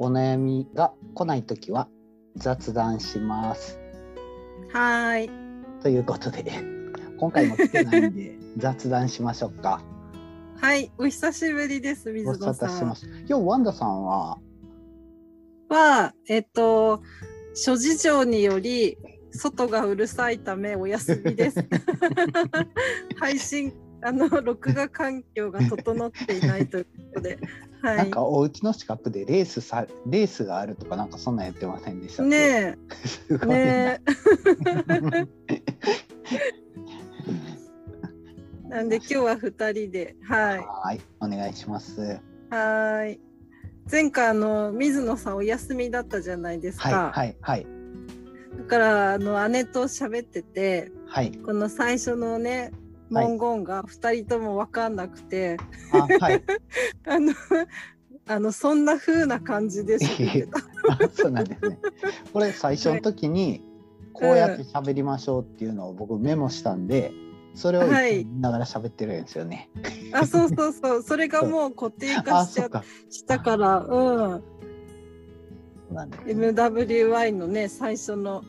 お悩みが来ないときは雑談しますはーい。ということで今回も来てないん で雑談しましょうか。はい、お久しぶりです、水ご野無沙さ汰してまん。す。今日ワンダさんはは、えっと、諸事情により、外がうるさいためお休みです。 配信、あの、録画環境が整っていないということで、はなんかい。お家の近くでレースさレースがあるとかなんかそんなんやってませんでしたっけねすえ、ごいな、ねえ、 なんで今日は二人で、はい。 はいお願いします。はーい。前回あの水野さんお休みだったじゃないですはか。いはいはいだからあの姉と喋ってて、はいこの最初のねはい文言が二人とも分かんなくて、あはい。あの あのそんな風な感じですって言ってた。あそうなんですね。これ最初の時にこうやって喋りましょうっていうのを僕メモしたんで。それをはい見ながら喋ってるんですよね。 あ、そうそうそう。それがもう固定化あ、しちそゃっっか。したから、うん。そうなんですね、 MWI のね最初のオは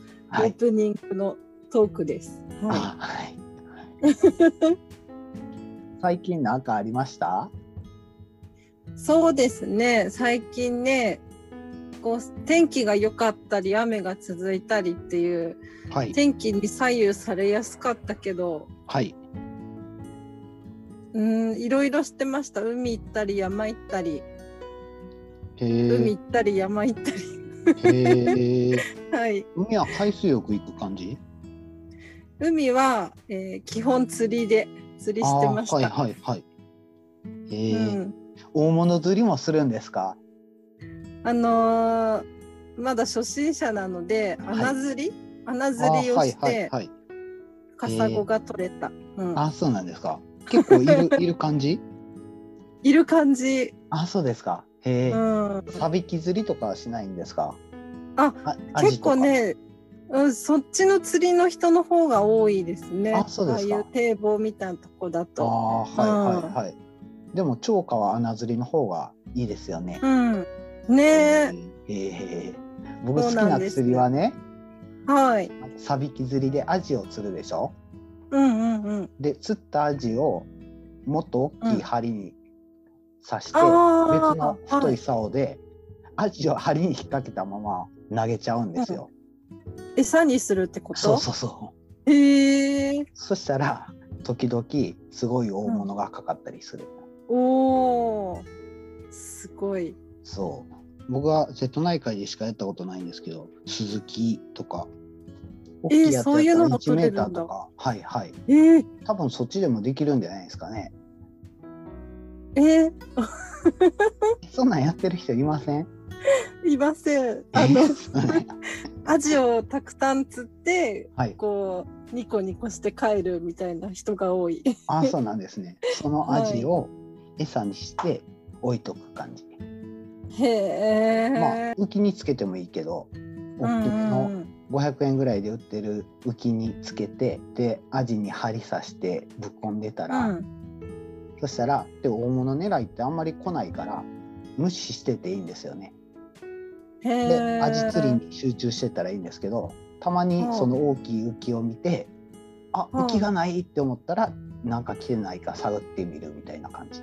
ーい。プニングのトークです。はあはい。 最近なんかありました？い。そうですね。最近ね。こう天気が良かったり雨が続いたりっていうはい天気に左右されやすかったけどはい。うんいろいろしてました海行ったり山行ったりへ海え。行ったり山行ったり へえ。はい海は海水浴行く感じ？海は、えー基本釣りで釣りしてました、あーはいはいはい。へえ、うん、大物釣りもするんですか？あのーまだ初心者なのではい穴釣り、穴釣りをしあーはいはいてはい。カサゴが取れた、うん、あそうなんですか。結構い るいる感じ？いる感じ、あそうですか。へえう。ん、サビキ釣りとかはしないんですか？あアジ結とか構。ね、うん、そっちの釣りの人の方が多いですねあそうですかああいう堤防みたいなとこだあと。あはいはいはい。でも釣果は穴釣りの方がいいですよね。うん。ねえ、ええ僕好そきうななんです釣りはねはい。サビキ釣りでアジを釣るでしょうんうんうん。で釣ったアジをもっと大きい針に刺して、あ別あの、太はい竿でアジを針に引っ掛けたまま投げちゃうんですよ、い餌にするってこと。そうそうそうへえ。そしたら時々すごい大物がかかったりする、おお。すごい。そう僕は瀬戸内海でしかやったことないんですけどスズキとか大えーきいやつそういうやのったらも1取メれータるんーだとかはいはいえー、多分そっちでもできるんじゃないですか ね。えー、そんなんやってる人いません。いません。 あの、そうねアジをたくさん釣って、はい。こう、ニコニコして帰るみたいな人が多い。あ、そうなんですね。そのアジを餌にして置いとく感じ。へえ。まあ浮きにつけてもいいけど、う大んきうめのんうん。 500円ぐらいで売ってる浮きにつけて、でアジに針刺してぶっ込んでたら、うんそしたらで大物狙いってあんまり来ないから無視してていいんですよね。へでえ。アジ釣りに集中してたらいいんですけどたまにその大きい浮きを見て、あうん浮きがないって思ったらなんか来てないか探ってみるみたいな感じ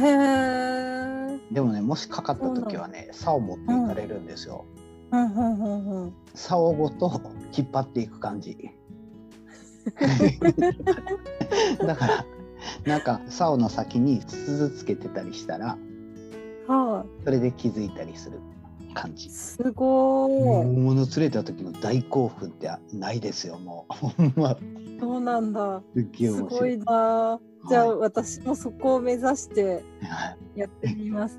へえ。でもねもしかかった時はね竿を持っていかれるんですよ、うんうんうん うん。竿ごと引っ張っていく感じだからなんか竿の先に鈴つけてたりしたらはい、それで気づいたりする感じすご大い、物釣れた時の大興奮ってないですよもう ほんまそうなんだ。すっげえす面ご白いいな。じゃあ、は私もそこを目指していはいやってみます。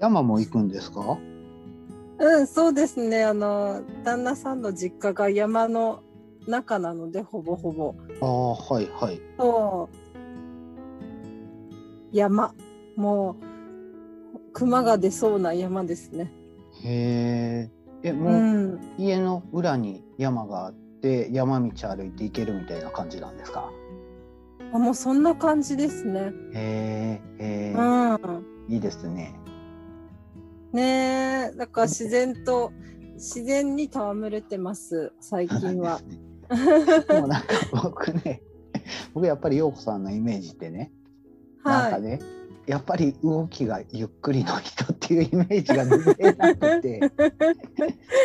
山も行くんですか うん、そうですね。あの旦那さんの実家が山の中なのでほぼほぼああはいはいそう山もう熊が出そうな山ですね。へええう、もうん家の裏に山があって山道歩いて行けるみたいな感じなんですかあもうそんな感じですね。へえへえうん、いいですねねえ、だから自然と自然に戯れてます最近 は。でもなんか僕ね 僕やっぱり陽子さんのイメージってね、なんかはい。ねやっぱり動きがゆっくりの人っていうイメージが出てなく て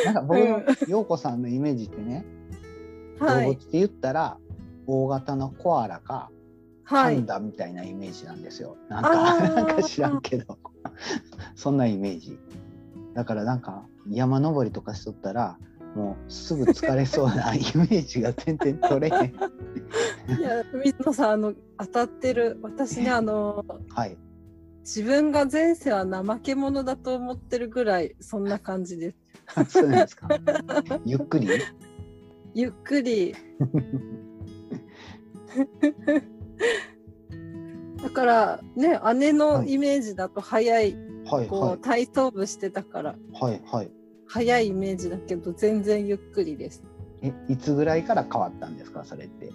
なんか僕の陽子さんのイメージってね、は動物いっ。て言ったら大型のコアラかパはンい。ダみたいなイメージなんですよ、あなんーかなんか知らんけど そんなイメージだからなんか山登りとかしとったらもうすぐ疲れそうなイメージが全然取れへ んいや、水野さん、あの当たってる。私ね、あのはい自分が前世は怠け者だと思ってるぐらいそんな感 じです。そうなんですかゆっくりゆっくり だからね姉のイメージだと早い、はいこう、はい体操部してたからはいはい早いイメージだけど全然ゆっくりです。えいつぐらいから変わったんですかそれって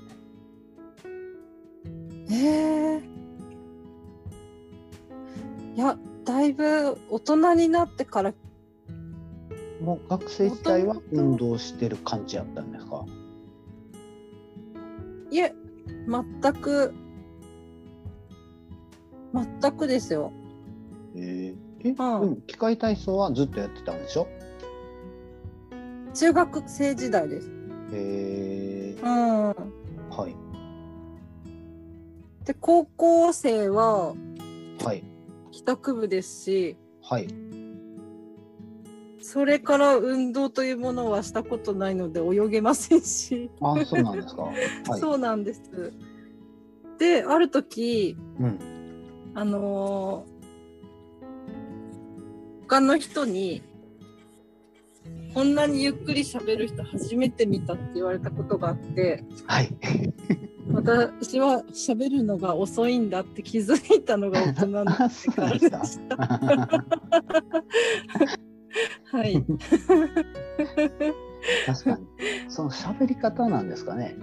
えー、いやだいぶ大人になってからもう学生時代は運動してる感じやったんですかいえ全く全くですよ。ええでも機械体操はずっとやってたんでしょ中学生時代です。へえうんはいで高校生ははい帰宅部ですしはいそれから運動というものはしたことないので泳げませんし、あ、そうなんですか。はい。そうなんです。である時うん。あのー他の人に「こんなにゆっくり喋る人初めて見た」って言われたことがあってはい。私は喋るのが遅いんだって気づいたのが大人のあ、そうなんで感じすかで。した。はい 確かに。その喋り方なんですかね。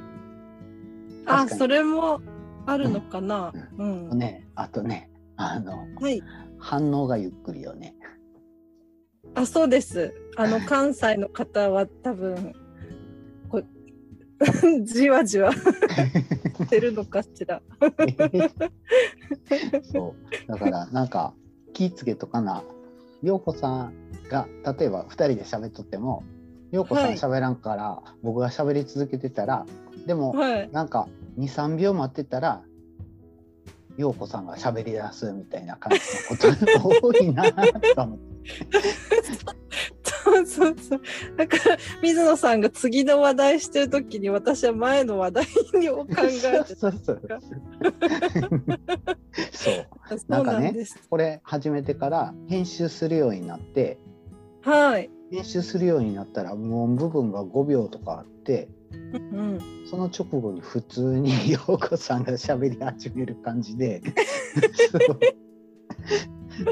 あ、確かにそれもあるのかな。うん。ね、あとね、あの、はい。反応がゆっくりよね。あ、そうです。あの関西の方は多分こ じ わじわしてるのかしら。そう。だから、なんか、気ぃつけとかな。ようこさんが、例えば、二人で喋っとっても。ようこさんはい喋らんから、僕が喋り続けてたら。でも、はい。なんか23秒待ってたら陽子さんが喋り出すみたいな感じのことが多いなと思ってそうそうそう。だから水野さんが次の話題してる時に私は前の話題を考えて たそうそうそうそうそうなんかねなんです。これ始めてから編集するようになってはい。編集するようになったら無音部分が5秒とかあってうん。その直後に普通に 陽子さんが喋り始める感じで そう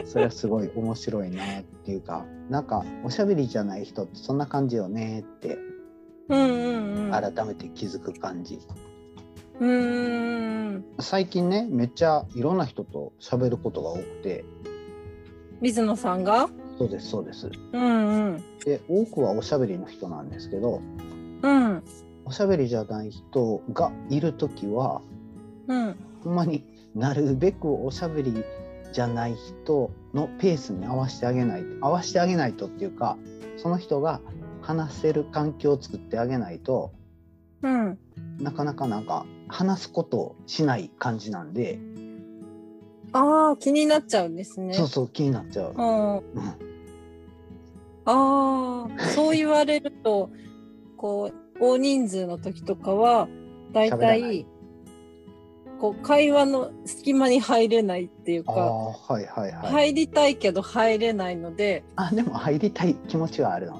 それはすごい面白いなっていうかなんかおしゃべりじゃない人ってそんな感じよねってうんうんうん。改めて気づく感じ、うーん。最近ねめっちゃいろんな人と喋ることが多くて水野さんが。そうですそうですうんうん。で多くはおしゃべりの人なんですけどうん。おしゃべりじゃない人がいる時はうん。ほんまになるべくおしゃべりじゃない人のペースに合わせてあげない合わせてあげないとっていうかその人が話せる環境を作ってあげないとうん。なかなかなんか話すことをしない感じなんで、ああ、気になっちゃうんですね。そうそう気になっちゃう。うん、あうんあー、そう言われると、こう、大人数の時とかは、だい喋らた、ないこう会話の隙間に入れないっていうあかあーはいはいはい、入りたいけど入れないのであでも入りたい気持ちはあるの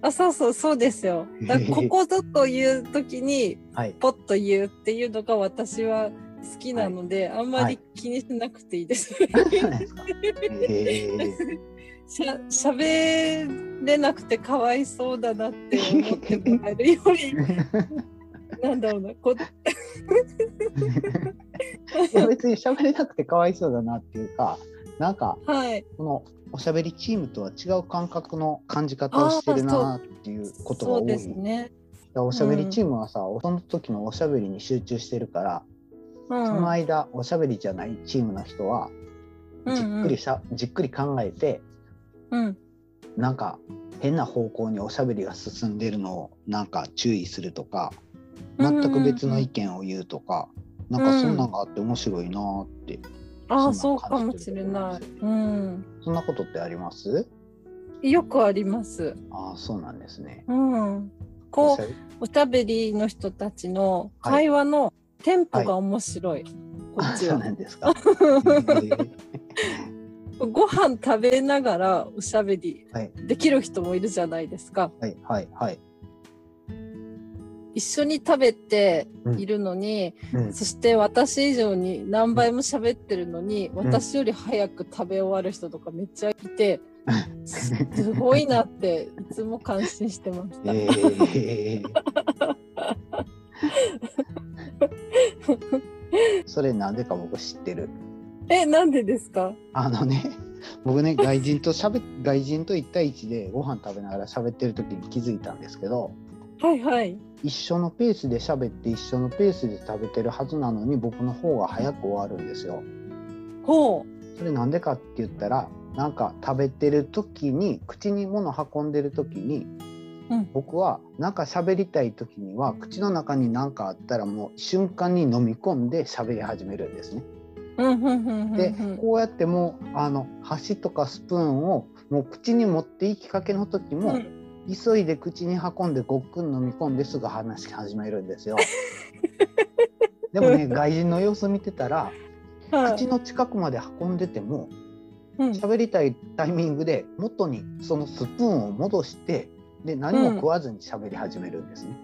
あそうそうそうですよだからここぞという時に はいポッと言うっていうのが私は好きなので、あんまり気にしなくていいです。そうなんですかへ え しゃ喋れなくてかわいそうだなって思ってもらえるよりなんだろ うなこいや別に喋れなくてかわいそうだなっていうかなんかはいこのおしゃべりチームとは違う感覚の感じ方をしてるなっていうことがそ多ういですね。だからおしゃべりチームはさ、その時のおしゃべりに集中してるから、うんその間おしゃべりじゃないチームの人はじっくりしゃ、じっくり考えてうんうんなんか変な方向におしゃべりが進んでるのをなんか注意するとか全く別の意見を言うとか、なんかそんなんがあって面白いなーって、ああそそんうなか感もじしてるれと思いなますい。うん、そんなことってありますよくあります。ああそうなんですね。うん、おこしゃべうりおしゃべりの人たちのはい会話のテンポが面白い。こあっち そうはなんですか。ご飯食べながらおしゃべりはいできる人もいるじゃないですか。はいはいはい。一緒に食べているのに、うんそして私以上に何倍も喋ってるのに、ん私より早く食べ終わる人とかめっちゃい て、すごいなっていつも感心してました。えー それなんでか僕知ってる。 え、なんでですかあのね、僕ね外人としゃべ 外人と一対一でご飯食べながら喋ってる時に気づいたんですけど、はいはい。一緒のペースで喋って一緒のペースで食べてるはずなのに僕の方が早く終わるんですよ。ほそれなんでかって言ったらなんか食べてる時に口に物運んでる時に、うん僕はなんか喋りたい時には口の中に何かあったらもう瞬間に飲み込んで喋り始めるんですね。う。うんうんうんうんうでん。こうやってもうあの箸とかスプーンをもう口に持っていきかけの時も、うん急いで口に運んでごっくん飲み込んですぐ話し始めるん ですよ。でもね外人の様子見てたらはい口の近くまで運んでてもうん喋りたいタイミングで元にそのスプーンを戻してで何も食わずに喋り始めるんですね。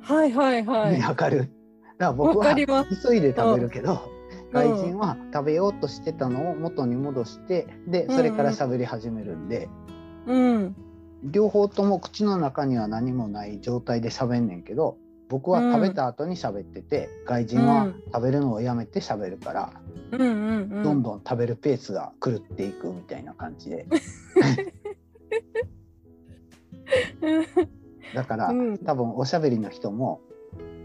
はいはいはねい。わかるだから僕わかはります。急いで食べるけど、ん外人は食べようとしてたのを元に戻してでそれから喋り始めるんで、うん。両方とも口の中には何もない状態で喋んねんけど僕は食べた後に喋ってて、外人うはん食べるのをやめて喋るから、うんうんうん。どんどん食べるペースが狂っていくみたいな感じでだから、うん多分おしゃべりの人も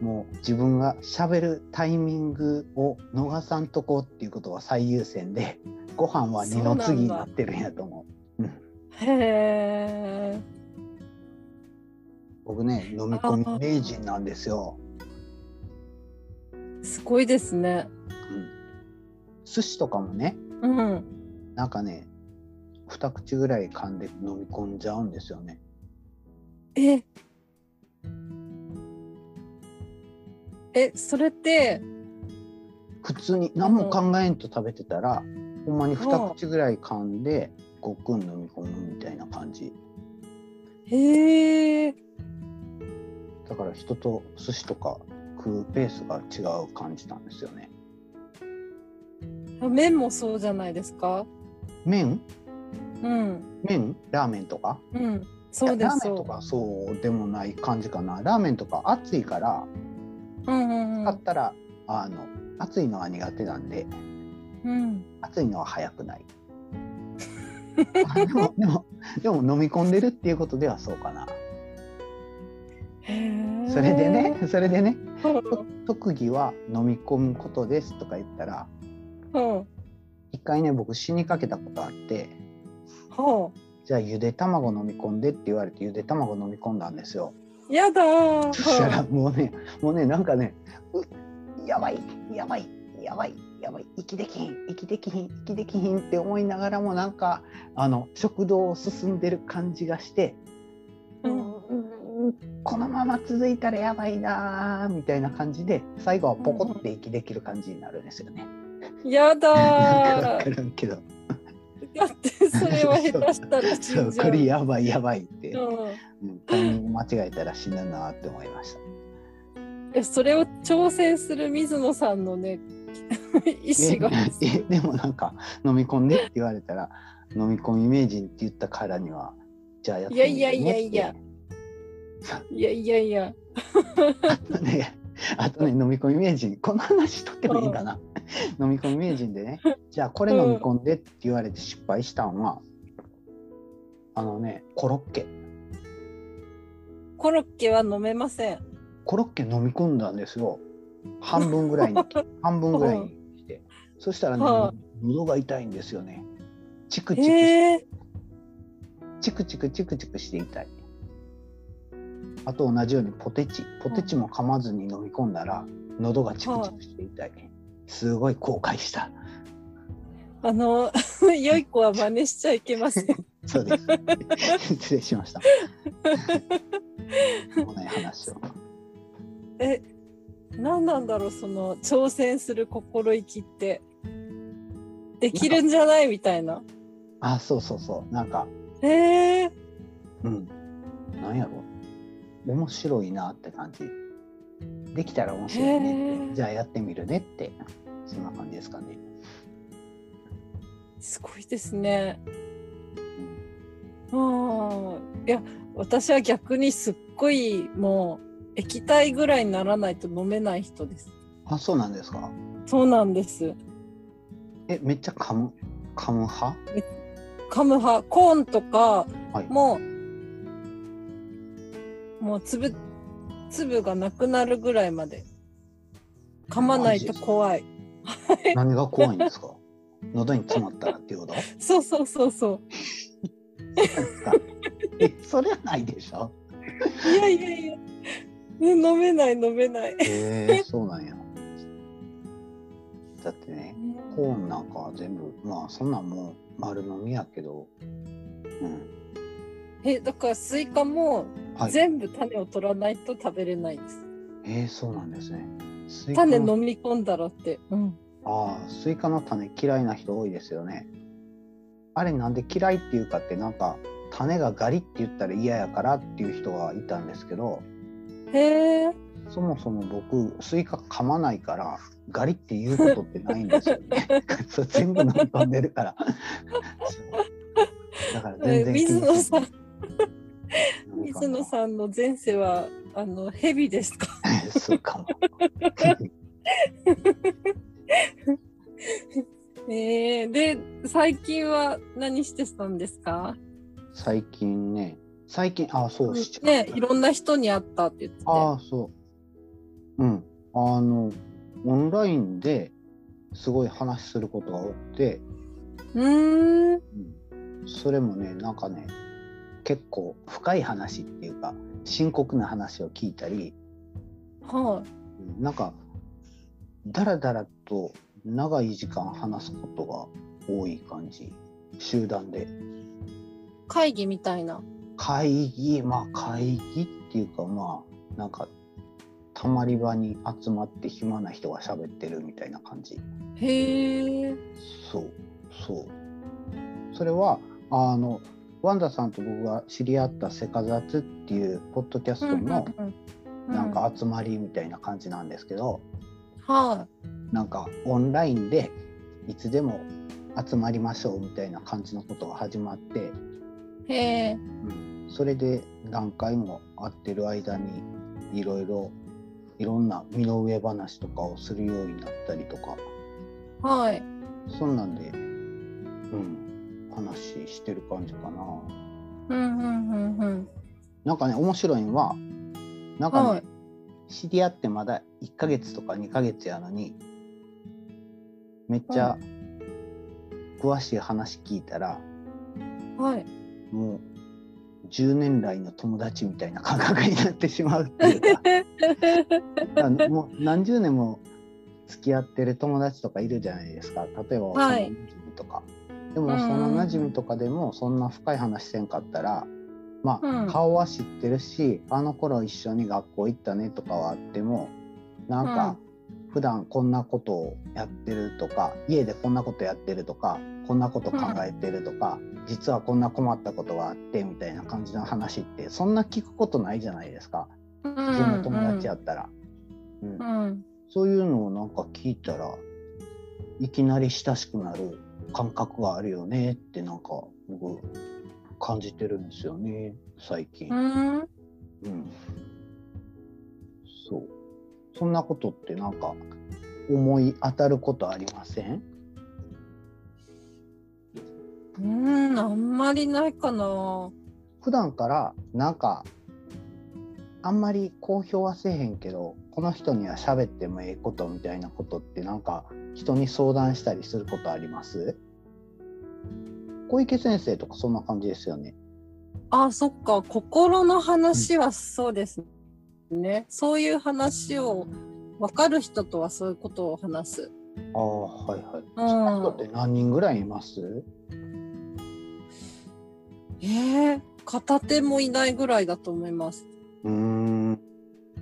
もう自分がしゃべるタイミングを逃さんとこうっていうことは最優先で ご飯は二の次になってるんやと思うへえ。僕ね飲み込み名人なんですよ、すごいですね。うん、寿司とかもねうん。なんかね二口ぐらい噛んで飲み込んじゃうんですよねえ。え、それって、普通に何も考えんと食べてたらほんまに二口ぐらい噛んでごっくん飲み込むみたいな感じへえ。だから人と寿司とか食うペースが違う感じなんですよね麺もそうじゃないですか。麺うん。麺ラーメンとかうん。そうでいやす。ラーメンとそかそうでもない感じかなラーメンとか熱いからう。うんうんう買っん。たら、あの熱いのは苦手なんでうん。熱いのは早く ないあでもでもでも飲み込んでるっていうことではそうかなへえ。それでね。それでねうん特技は飲み込むことですとか言ったらうん。一回ね僕死にかけたことあってほじゃあゆで卵飲み込んでって言われてゆで卵飲み込んだんです よう。やだー。そしたらもうねもうねなんかねうやばいやばいやばいやばい息できひん息できひん息できひんって思いながらもなんかあの食堂を進んでる感じがしてううんんこのまま続いたらやばいなーみたいな感じで最後はポコって息できる感じになるんですよね。や だわかーらんけどだってそれは下手したら死そんうじゃこう。れやばいやばいって、うんうん、タイミング間違えたら死ぬなーって思いました。えそれを挑戦する水野さんのね 意え志がえでもなんか飲み込んでって言われたら飲み込み名人って言ったからにはじゃあやってみるねっていやいやいやいやいやいやいやあとねあとね飲み込み名人この話とってもいいかな、飲み込み名人でねじゃあこれ飲み込んでって言われて失敗したんは、あのねコロッケコロッケは飲めま せん。コロッケ飲み込んだんですよ半分ぐら いに半分ぐらいにしてそしたらねは喉が痛いんですよねチクチクしてえー、チクチクチクチクして痛いあと同じようにポテチポテチも噛まずに飲み込んだら喉がチクチクして痛いすごい後悔したあの 良い子は真似しちゃいけま せん。そうです失礼しましたこの話をえ何なんだろうその挑戦する心意気ってできるんじゃないみたいな。あそうそうそうなんかえー、うんなんやろ面白いなって感じできたら面白いねっへえてじゃあやってみるねってそんな感じですかね、すごいですね。うんうんいや私は逆にすっごいもう液体ぐらいにならないと飲めない人です。あそうなんですかそうなんです。えめっちゃ噛む噛む派噛む派コーンとかはいも、もう粒粒がなくなるぐらいまで噛まないと怖い。 何が怖いんですか喉に詰まったらって いうことそうそうそうそですかえそれはないでしょう。いやいやいや、ね、飲めない飲めない。へえそうなんやだってねコーンなんかは全部まあそんなんもう丸飲みやけどうんえだからスイカもはい全部種を取らないと食べれないです。えー、そうなんですねスイカ種の飲み込んだらって。うんああスイカの種嫌いな人多いですよねあれなんで嫌いっていうかってなんか種がガリって言ったら嫌やからっていう人がいたんですけどへえ。そもそも僕スイカ噛まないからガリって言うことってないんですよ ね。そう全部飲み込んでるから。そうだから全然水野さん、飲み込水んだ野さんの前世はあの蛇ですか。そうかも。えー、で最近は何してたんですか。最近ね最近あそう7月ね、いろんな人に会ったって言ってて。ああそう。うんあのオンラインですごい話することが多くて。うーうん。んそれもねなんかね結構深い話っていうか深刻な話を聞いたりはうんなんかだらだらと長い時間話すことが多い感じ集団でい。会議みたいな。会議まあ会議っていうかまあなんかたまり場に集まって暇な人が喋ってるみたいな感じへえ。そうそうそれはあのワンダさんと僕が知り合った「せかざつ」っていうポッドキャストのうなん。か集まりみたいな感じなんですけど、はなんかオンラインでいつでも集まりましょうみたいな感じのことが始まって、い。へえ。うん、それで何回も会ってる間にいろいろいろんな身の上話とかをするようになったりとかはい。そんなんで、うん、話してる感じかな。うんうんうんうん。なんかね面白いのはなんかね、はい知り合ってまだ1ヶ月とか2ヶ月やのにめっちゃは詳しい話聞いたら、はい。もう10年来の友達みたいな感覚になってしまうって いうかあのもう何十年も付き合ってる友達とかいるじゃないですか例えば幼は馴い染とか、でもそのうん馴染とかでもそんな深い話せんかったらまあ、うん顔は知ってるしあの頃一緒に学校行ったねとかはあってもなんか、普段こんなことをやってるとか家でこんなことやってるとかこんなこと考えてるとか、実はこんな困ったことがあってみたいな感じの話ってそんな聞くことないじゃないですかうん普通の友達やったら。うんうんそういうのをなんか聞いたらいきなり親しくなる感覚があるよねってなんか僕感じてるんですよね最近う。んうんうん、そうそんなことってなんか思い当たることありませんうんあんまりないかな普段からなんかあんまり公表はせえへんけどこの人には喋ってもええことみたいなことってなんか人に相談したりすることあります小池先生とかそんな感じですよね。あそっか心の話はそうですねそういう話を分かる人とはそういうことを話すああはいはい。そんな人って何人ぐらいいますえー、片手もいないぐらいだと思いますうーん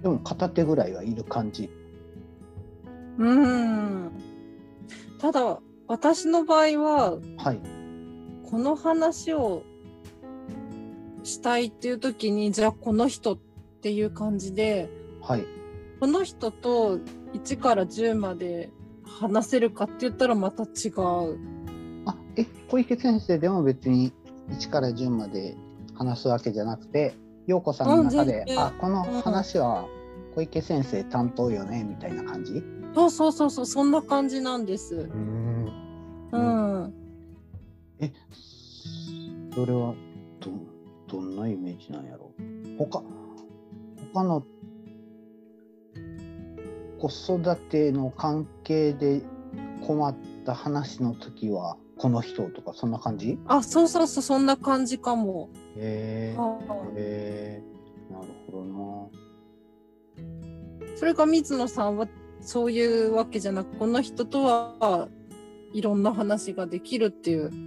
でも片手ぐらいはいる感じ。うんただ私の場合ははい。この話をしたいっていう時にじゃあこの人っていう感じではい。この人と1から10まで話せるかって言ったらまた違う。あえ小池先生でも別に1から10まで話すわけじゃなくて陽子さんの中うでん全然あこの話は小池先生担当よねみたいな感じそうそうそうそうそんな感じなんです。うん、えそれはどどんなイメージなんやろ他他の子育ての関係で困った話の時はこの人とかそんな感じあそうそうそうそんな感じかも。へーはへえなるほいそれが水野さんはそういうわけじゃなくこの人とはいろんな話ができるっていどう。な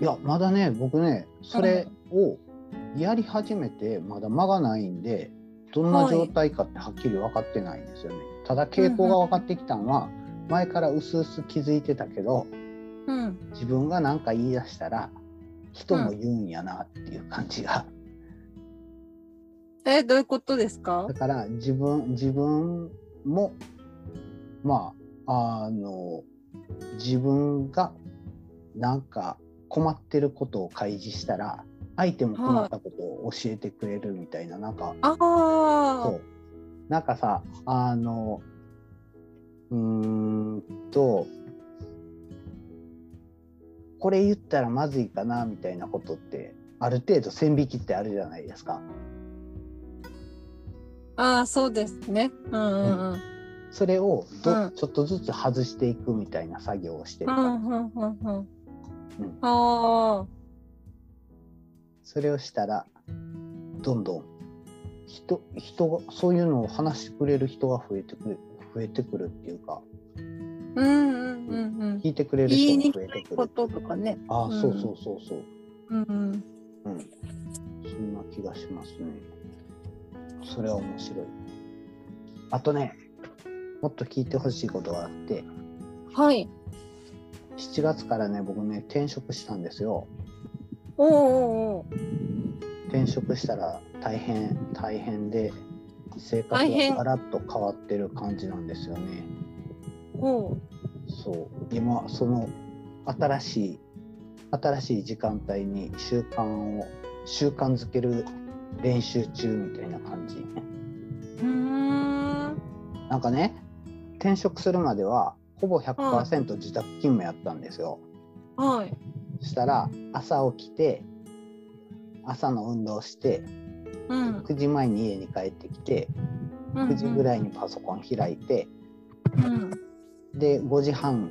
いやまだね僕ねそれをやり始めてまだ間がないんでどんな状態かってはっきり分かってないんですよね、ただ傾向が分かってきたのは前から薄々気づいてたけどうん、自分が何か言い出したら人も言うんやなっていう感じが、えどういうことですかだから自分自分もまああの自分がなんか困ってることを開示したら相手も困ったことを教えてくれるみたいな、なんかああそうなんかさあのうーんとこれ言ったらまずいかなみたいなことってある程度線引きってあるじゃないですか。ああそうですね。うんうんうんそれをど、うんちょっとずつ外していくみたいな作業をしてうるから、んうんうんうんんああそれをしたらどんどん人人がそういうのを話してくれる人が増えてくる増えてくるっていうかうんうんうんうん。聞いてくれる人が増えてくこるととかね。ああうんそうそうそうそううんうん。うんそんな気がしますねそれは面白いあとねもっと聞いてほしいことがあってはい。 7月からね僕ね転職したんですよおうおうおう。転職したら大変大変で生活大変がガラッと変わってる感じなんですよね。ほう。そう今その新しい新しい時間帯に習慣を習慣づける練習中みたいな感じ。うーん。なんかね転職するまではほぼ100%自宅勤務やったんですよ。はい。したら朝起きて朝の運動してうん。 9時前に家に帰ってきて9時ぐらいにパソコン開いてうんうん。で5時半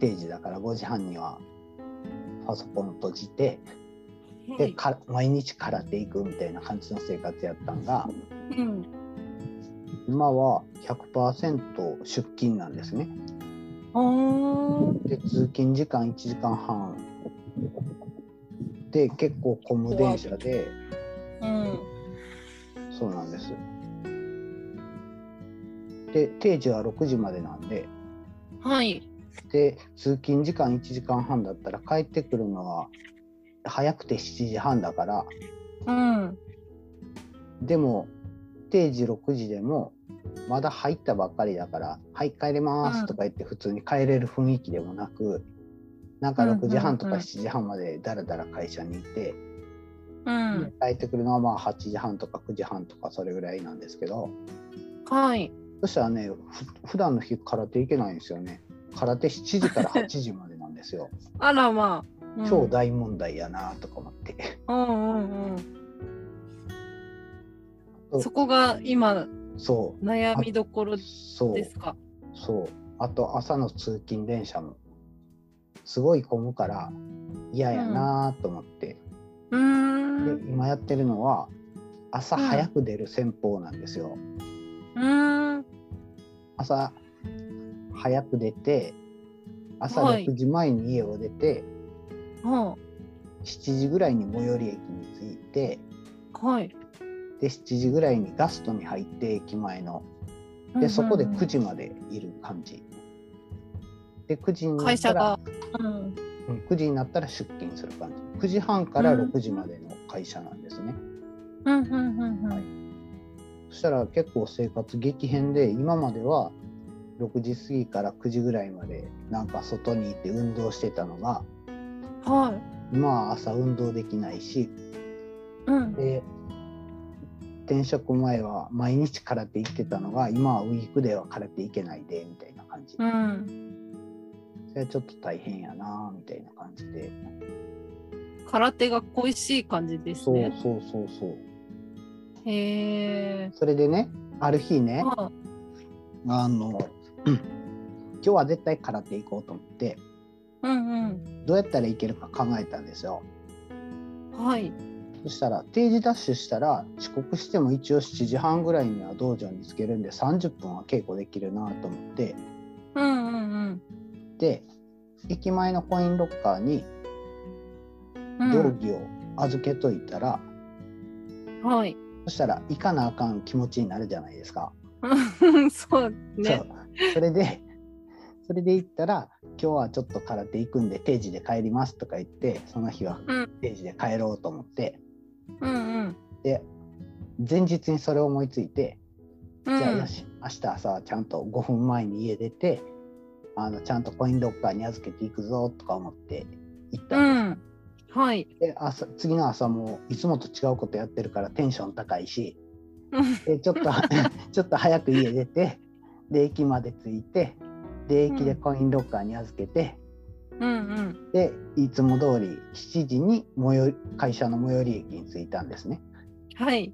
定時だから5時半にはパソコン閉じてうん。でか毎日空手行くみたいな感じの生活やったんがうん。今は100%出勤なんですね。あーで通勤時間1時間半で結構混む電車でうん。そうなんです。で定時は6時までなんではい。で通勤時間1時間半だったら帰ってくるのは早くて7時半だからうん。でも定時6時でもまだ入ったばっかりだから「はい帰れまうす」んとか言って普通に帰れる雰囲気でもなくなんかうんうんうん6時半とか7時半までだらだら会社にいてうん。帰ってくるのはまあ8時半とか9時半とかそれぐらいなんですけどはい。そしたらねふ普段の日空手行けないんですよね空手7時から8時までなんですよあらまあ。うん超大問題やなとか思ってうんうんうん。そうそこが今そ悩みどころうでそうすか。そうあと朝の通勤電車もすごい混むから嫌やなと思って、うーん。で今やってるのは朝早く出る戦法なんですよ、うーん。朝早く出て朝はい6時前に家を出て、は7時ぐらいに最寄り駅に着いてあはい。で7時ぐらいにガストに入って駅前のでそこで9時までいる感じで9時にな会った社らが。うん。うん9時になったら出勤する感じ9時半から6時までの会社なんですね、うんうんうんうん。そしたら結構生活激変で今までは6時過ぎから9時ぐらいまでなんか外にいて運動してたのがはい。今は朝運動できないしうん。で転職前は毎日空手行ってたのが今はウィークでは空手行けないでみたいな感じ、うん。それはちょっと大変やなみたいな感じで空手が恋しい感じですそうね。そうそうそうへえ。それでねある日ねはあのうん今日は絶対空手行こうと思ってあうんどうやったらいけるか考えたんですようん。はい。そしたら定時ダッシュしたら遅刻しても一応7時半ぐらいには道場に着けるんで30分は稽古できるなと思ってうんうんで駅前のコインロッカーにうん。道着を預けといたら、うん、はい。 そしたら行かなあかん気持ちになるじゃないですか。うんそそうねう。それでそれで行ったら「今日はちょっと空手行くんで定時で帰ります」とか言ってその日はうん定時で帰ろうと思って、うんうん。で前日にそれを思いついて、うんじゃあよし明日朝ちゃんと5分前に家出てあのちゃんとコインロッカーに預けていくぞとか思って行ったうんです、ん。はい。 で朝次の朝もいつもと違うことやってるからテンション高いしで ちょっとちょっと早く家出てで駅まで着いてで駅でコインロッカーに預けて、うんうん。でいつも通り7時に最寄り会社の最寄り駅に着いたんですね。はい。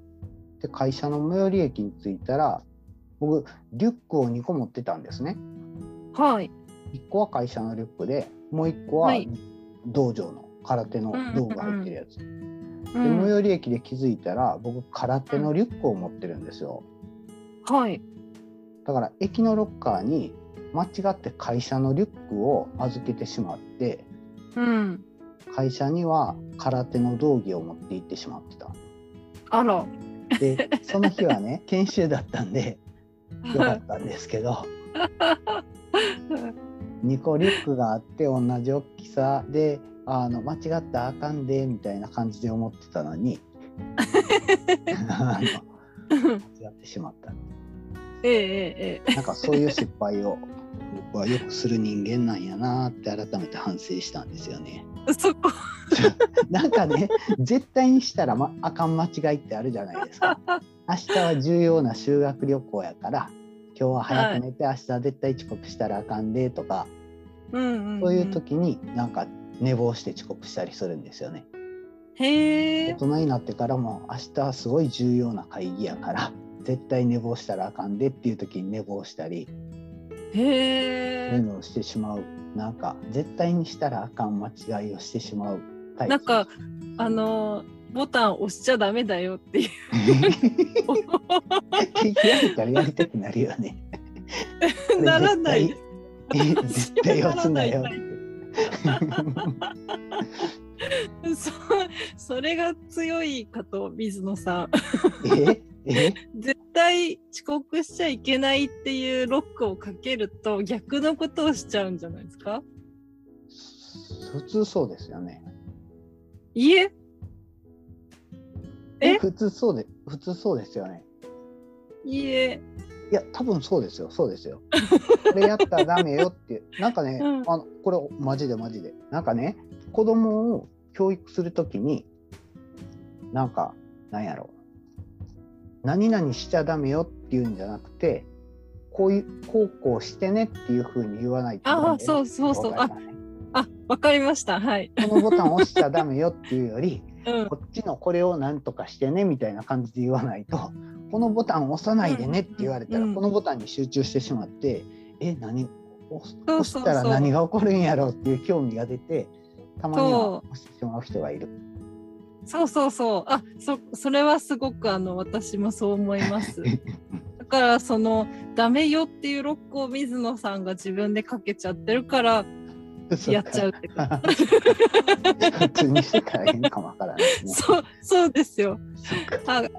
で会社の最寄り駅に着いたら僕リュックを2個持ってたんですね。はい。 1個は会社のリュックでもう1個ははい道場の空手の道具が入ってるやつ。うで最ん、寄り駅で気づいたら僕空手のリュックを持ってるんですよはい。だから駅のロッカーに間違って会社のリュックを預けてしまってうん。会社には空手の道着を持って行ってしまってたあら。でその日は ね研修だったんでよかったんですけど2個リュックがあって同じ大きさであの間違ったらあかんでみたいな感じで思ってたのにあの間違ってしまったえええええなんかそういう失敗を僕はよくする人間なんやなって改めて反省したんですよね。え。 そこ。なんかね絶対にしたら、まあかん間違いってあるじゃないですか。明日は重要な修学旅行やから今日は早く寝て、明日は絶対遅刻したらあかんでとかうんうん、うん。そういう。時になんか寝坊して遅刻したりするんですよね。へ大え。人になってからも明日はすごい重要な会議やから絶対寝坊したらあかんでっていう時に寝坊したり。へそういうえ。のをしてしまうなんか絶対にしたらあかん間違いをしてしまうタイプなんかあのボタン押しちゃダメだよっていう。 聞き上げたらやりたくなるよね ならない です。絶対押すなよってそ それが強いかと水野さん ええ絶対遅刻しちゃいけないっていうロックをかけると逆のことをしちゃうんじゃないですか普通そうですよね。いええ普通そうで、普通そうですよね。いえいや、多分そうですよ、そうですよ。これやったらダメよっていう、なんかね、うんあの、これマジでマジで、なんかね、子供を教育するときに、なんか、なんやろう。何々しちゃダメよっていうんじゃなくて、こういう、こうこうしてねっていうふうに言わないとダメよああそうそうそう答えがねあわかりましたはい、このボタン押しちゃダメよっていうより、うん、こっちのこれをなんとかしてねみたいな感じで言わないとこのボタンを押さないでねって言われたら、うんこのボタンに集中してしまってえ何押すそう押そうそうしたら何が起こるんやろうっていう興味が出てたまにはそ押してしまう人がいる。そうそうそうあそそれはすごくあの私もそう思います だからそのダメよっていうロックを水野さんが自分でかけちゃってるからやっちゃうってこと 普通にしてからいいのかもわからないですね。 そう、そうですよ。そっかあ、明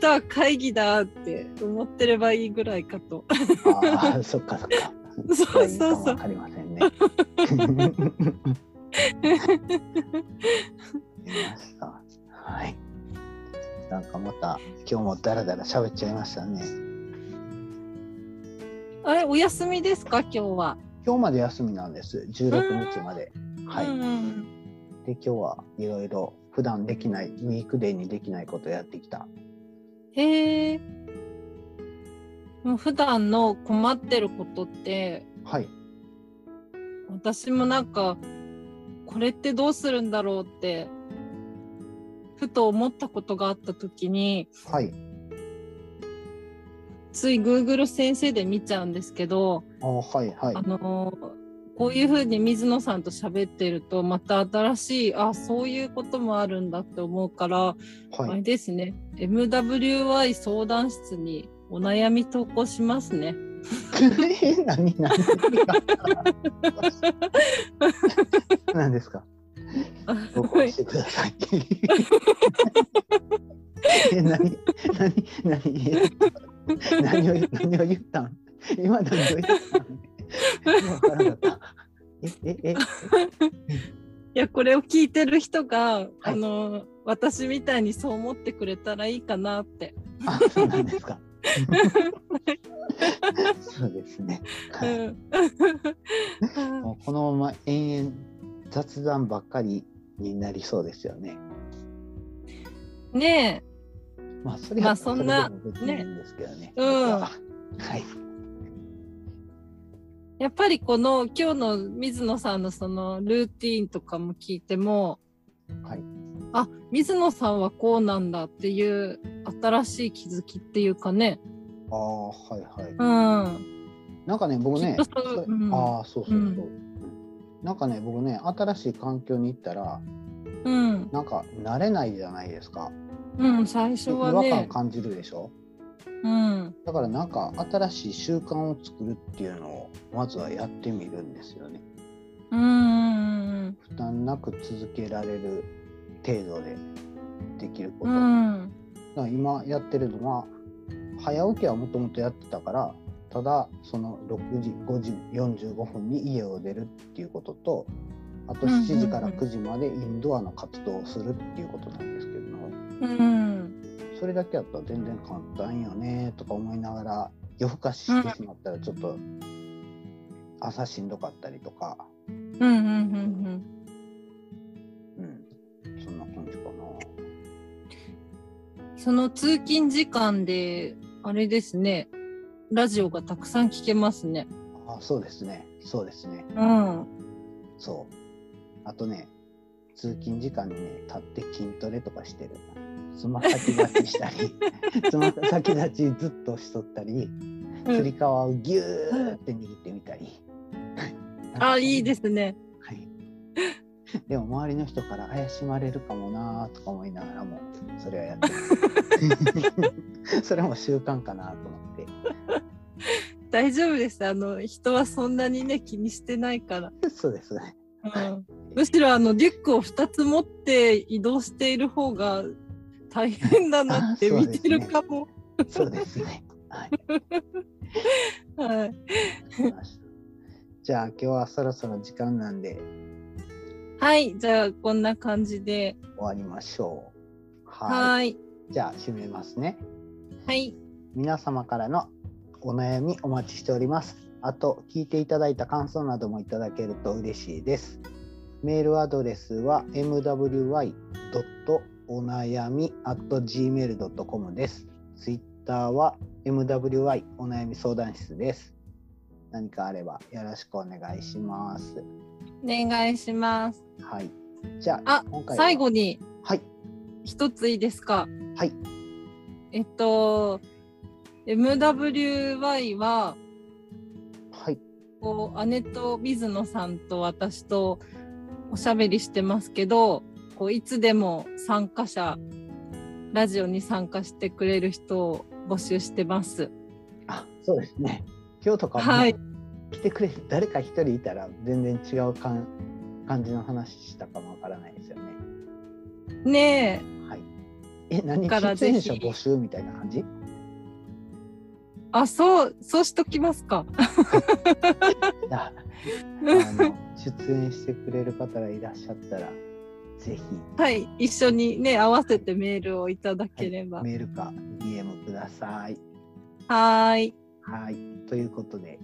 日は会議だって思ってればいいぐらいかと。ああ、そっかそっか。 そうそうそうわかりませんね。わかりました。はい。なんかまた今日もダラダラ喋っちゃいましたね。あれ、お休みですか、今日は。今日まで休みなんです。16日まで。はい。うんうんで今日はいろいろ普段できないウィークデーにできないことやってきた。へえ。もう普段の困ってることって、はい。私もなんか。これってどうするんだろうって。ふと思ったことがあった時にはい。つい Google 先生で見ちゃうんですけど、あーはいはいあ。のーこういうふうに水野さんと喋ってるとまた新しいあそういうこともあるんだって思うから、あはれい。ですね MWI 相談室にお悩み投稿しますね。え 何何 何ですかあ投稿してくださ い。え、何、何、何、え何を、何を言ったん。今何を言ったん。わからなかった。え、え、え、いやこれを聞いてる人が、あのー私みたいにそう思ってくれたらいいかなって、あ、そうなんですか。そうですね。はうい。んもうこのまま延々雑談ばっかりになりそうですよね。ねまあ、それまはあそんなれでも別にいいんですけどね。うんはい。えやっぱりこの今日の水野さんのそのルーティーンとかも聞いても、はい。あ水野さんはこうなんだっていう新しい気づきっていうかねああ、はい、はい。うんなんかね、僕ね、きっとそうそれうんああ、そうそうそう、うんなんかね、僕ね、新しい環境に行ったら、うんなんか慣れないじゃないですか。うん最初違は和感ね感じるでしょ。うんだからなんか新しい習慣を作るっていうのをまずはやってみるんですよね。うんうん負担なく続けられる程度でできるこうと。んだから今やってるのは早起きはもともとやってたからただその6時5時45分に家を出るっていうこととあとうんうんうん7時から9時までインドアの活動をするっていうことなんですけどもうんそれだけやったら全然簡単よねとか思いながら夜更かししてしまったらちょっと朝しんどかったりとか、うんうんうんうん、そんな感じかな。うんその通勤時間であれですねラジオがたくさん聞けますねあそうですねそうですね。うんそう。あとね、通勤時間にね、立って筋トレとかしてる。つま先立ちした り、つま先立ちずっとしとったり、うつりん革をぎゅーって握ってみたり。。あいいですすねはい。でも周りの人から怪しまれるかもなーとか思いながらも、それはやってま す。それも習慣かなと思って。大丈夫ですあの人はそんなにね気にしてないからそうですね。うんむしろあのリュックを2つ持って移動している方が大変だなってあそう見ですねてるかも。そうですね。はい。はい、わかりました じゃあ今日はそろそろ時間なんではい、じゃあこんな感じで。終わりましょう。はい。はい。じゃあ締めますね。はい。皆様からのお悩みお待ちしております。あと、聞いていただいた感想などもいただけると嬉しいです。メールアドレスは mwy.onayami.gmail.com です。ツイッターは mwy お悩み相談室です。何かあればよろしくお願いします。お願いします。はい。じゃあ、あ今、回は最後にはい。一ついいですか。はい。えっと、MWY は、はい。こう姉と水野さんと私とおしゃべりしてますけどこういつでも参加者ラジオに参加してくれる人を募集してます。あ、そうですね。今日とかも、はい来てくれる誰か一人いたら全然違う感感じの話したかもわからないですよね。ねえはい。え、何だから出ぜひ演者募集みたいな感じ？ あそうそうしときますか。 あ、あの出演してくれる方がいらっしゃったらぜひはい一緒にね合わせてメールをいただければ。はメールか DM ください。ーいはい。ということで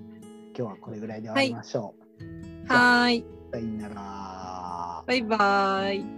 今日はこれぐらいで終わりましょう。はーいさよなら。バイバーイ。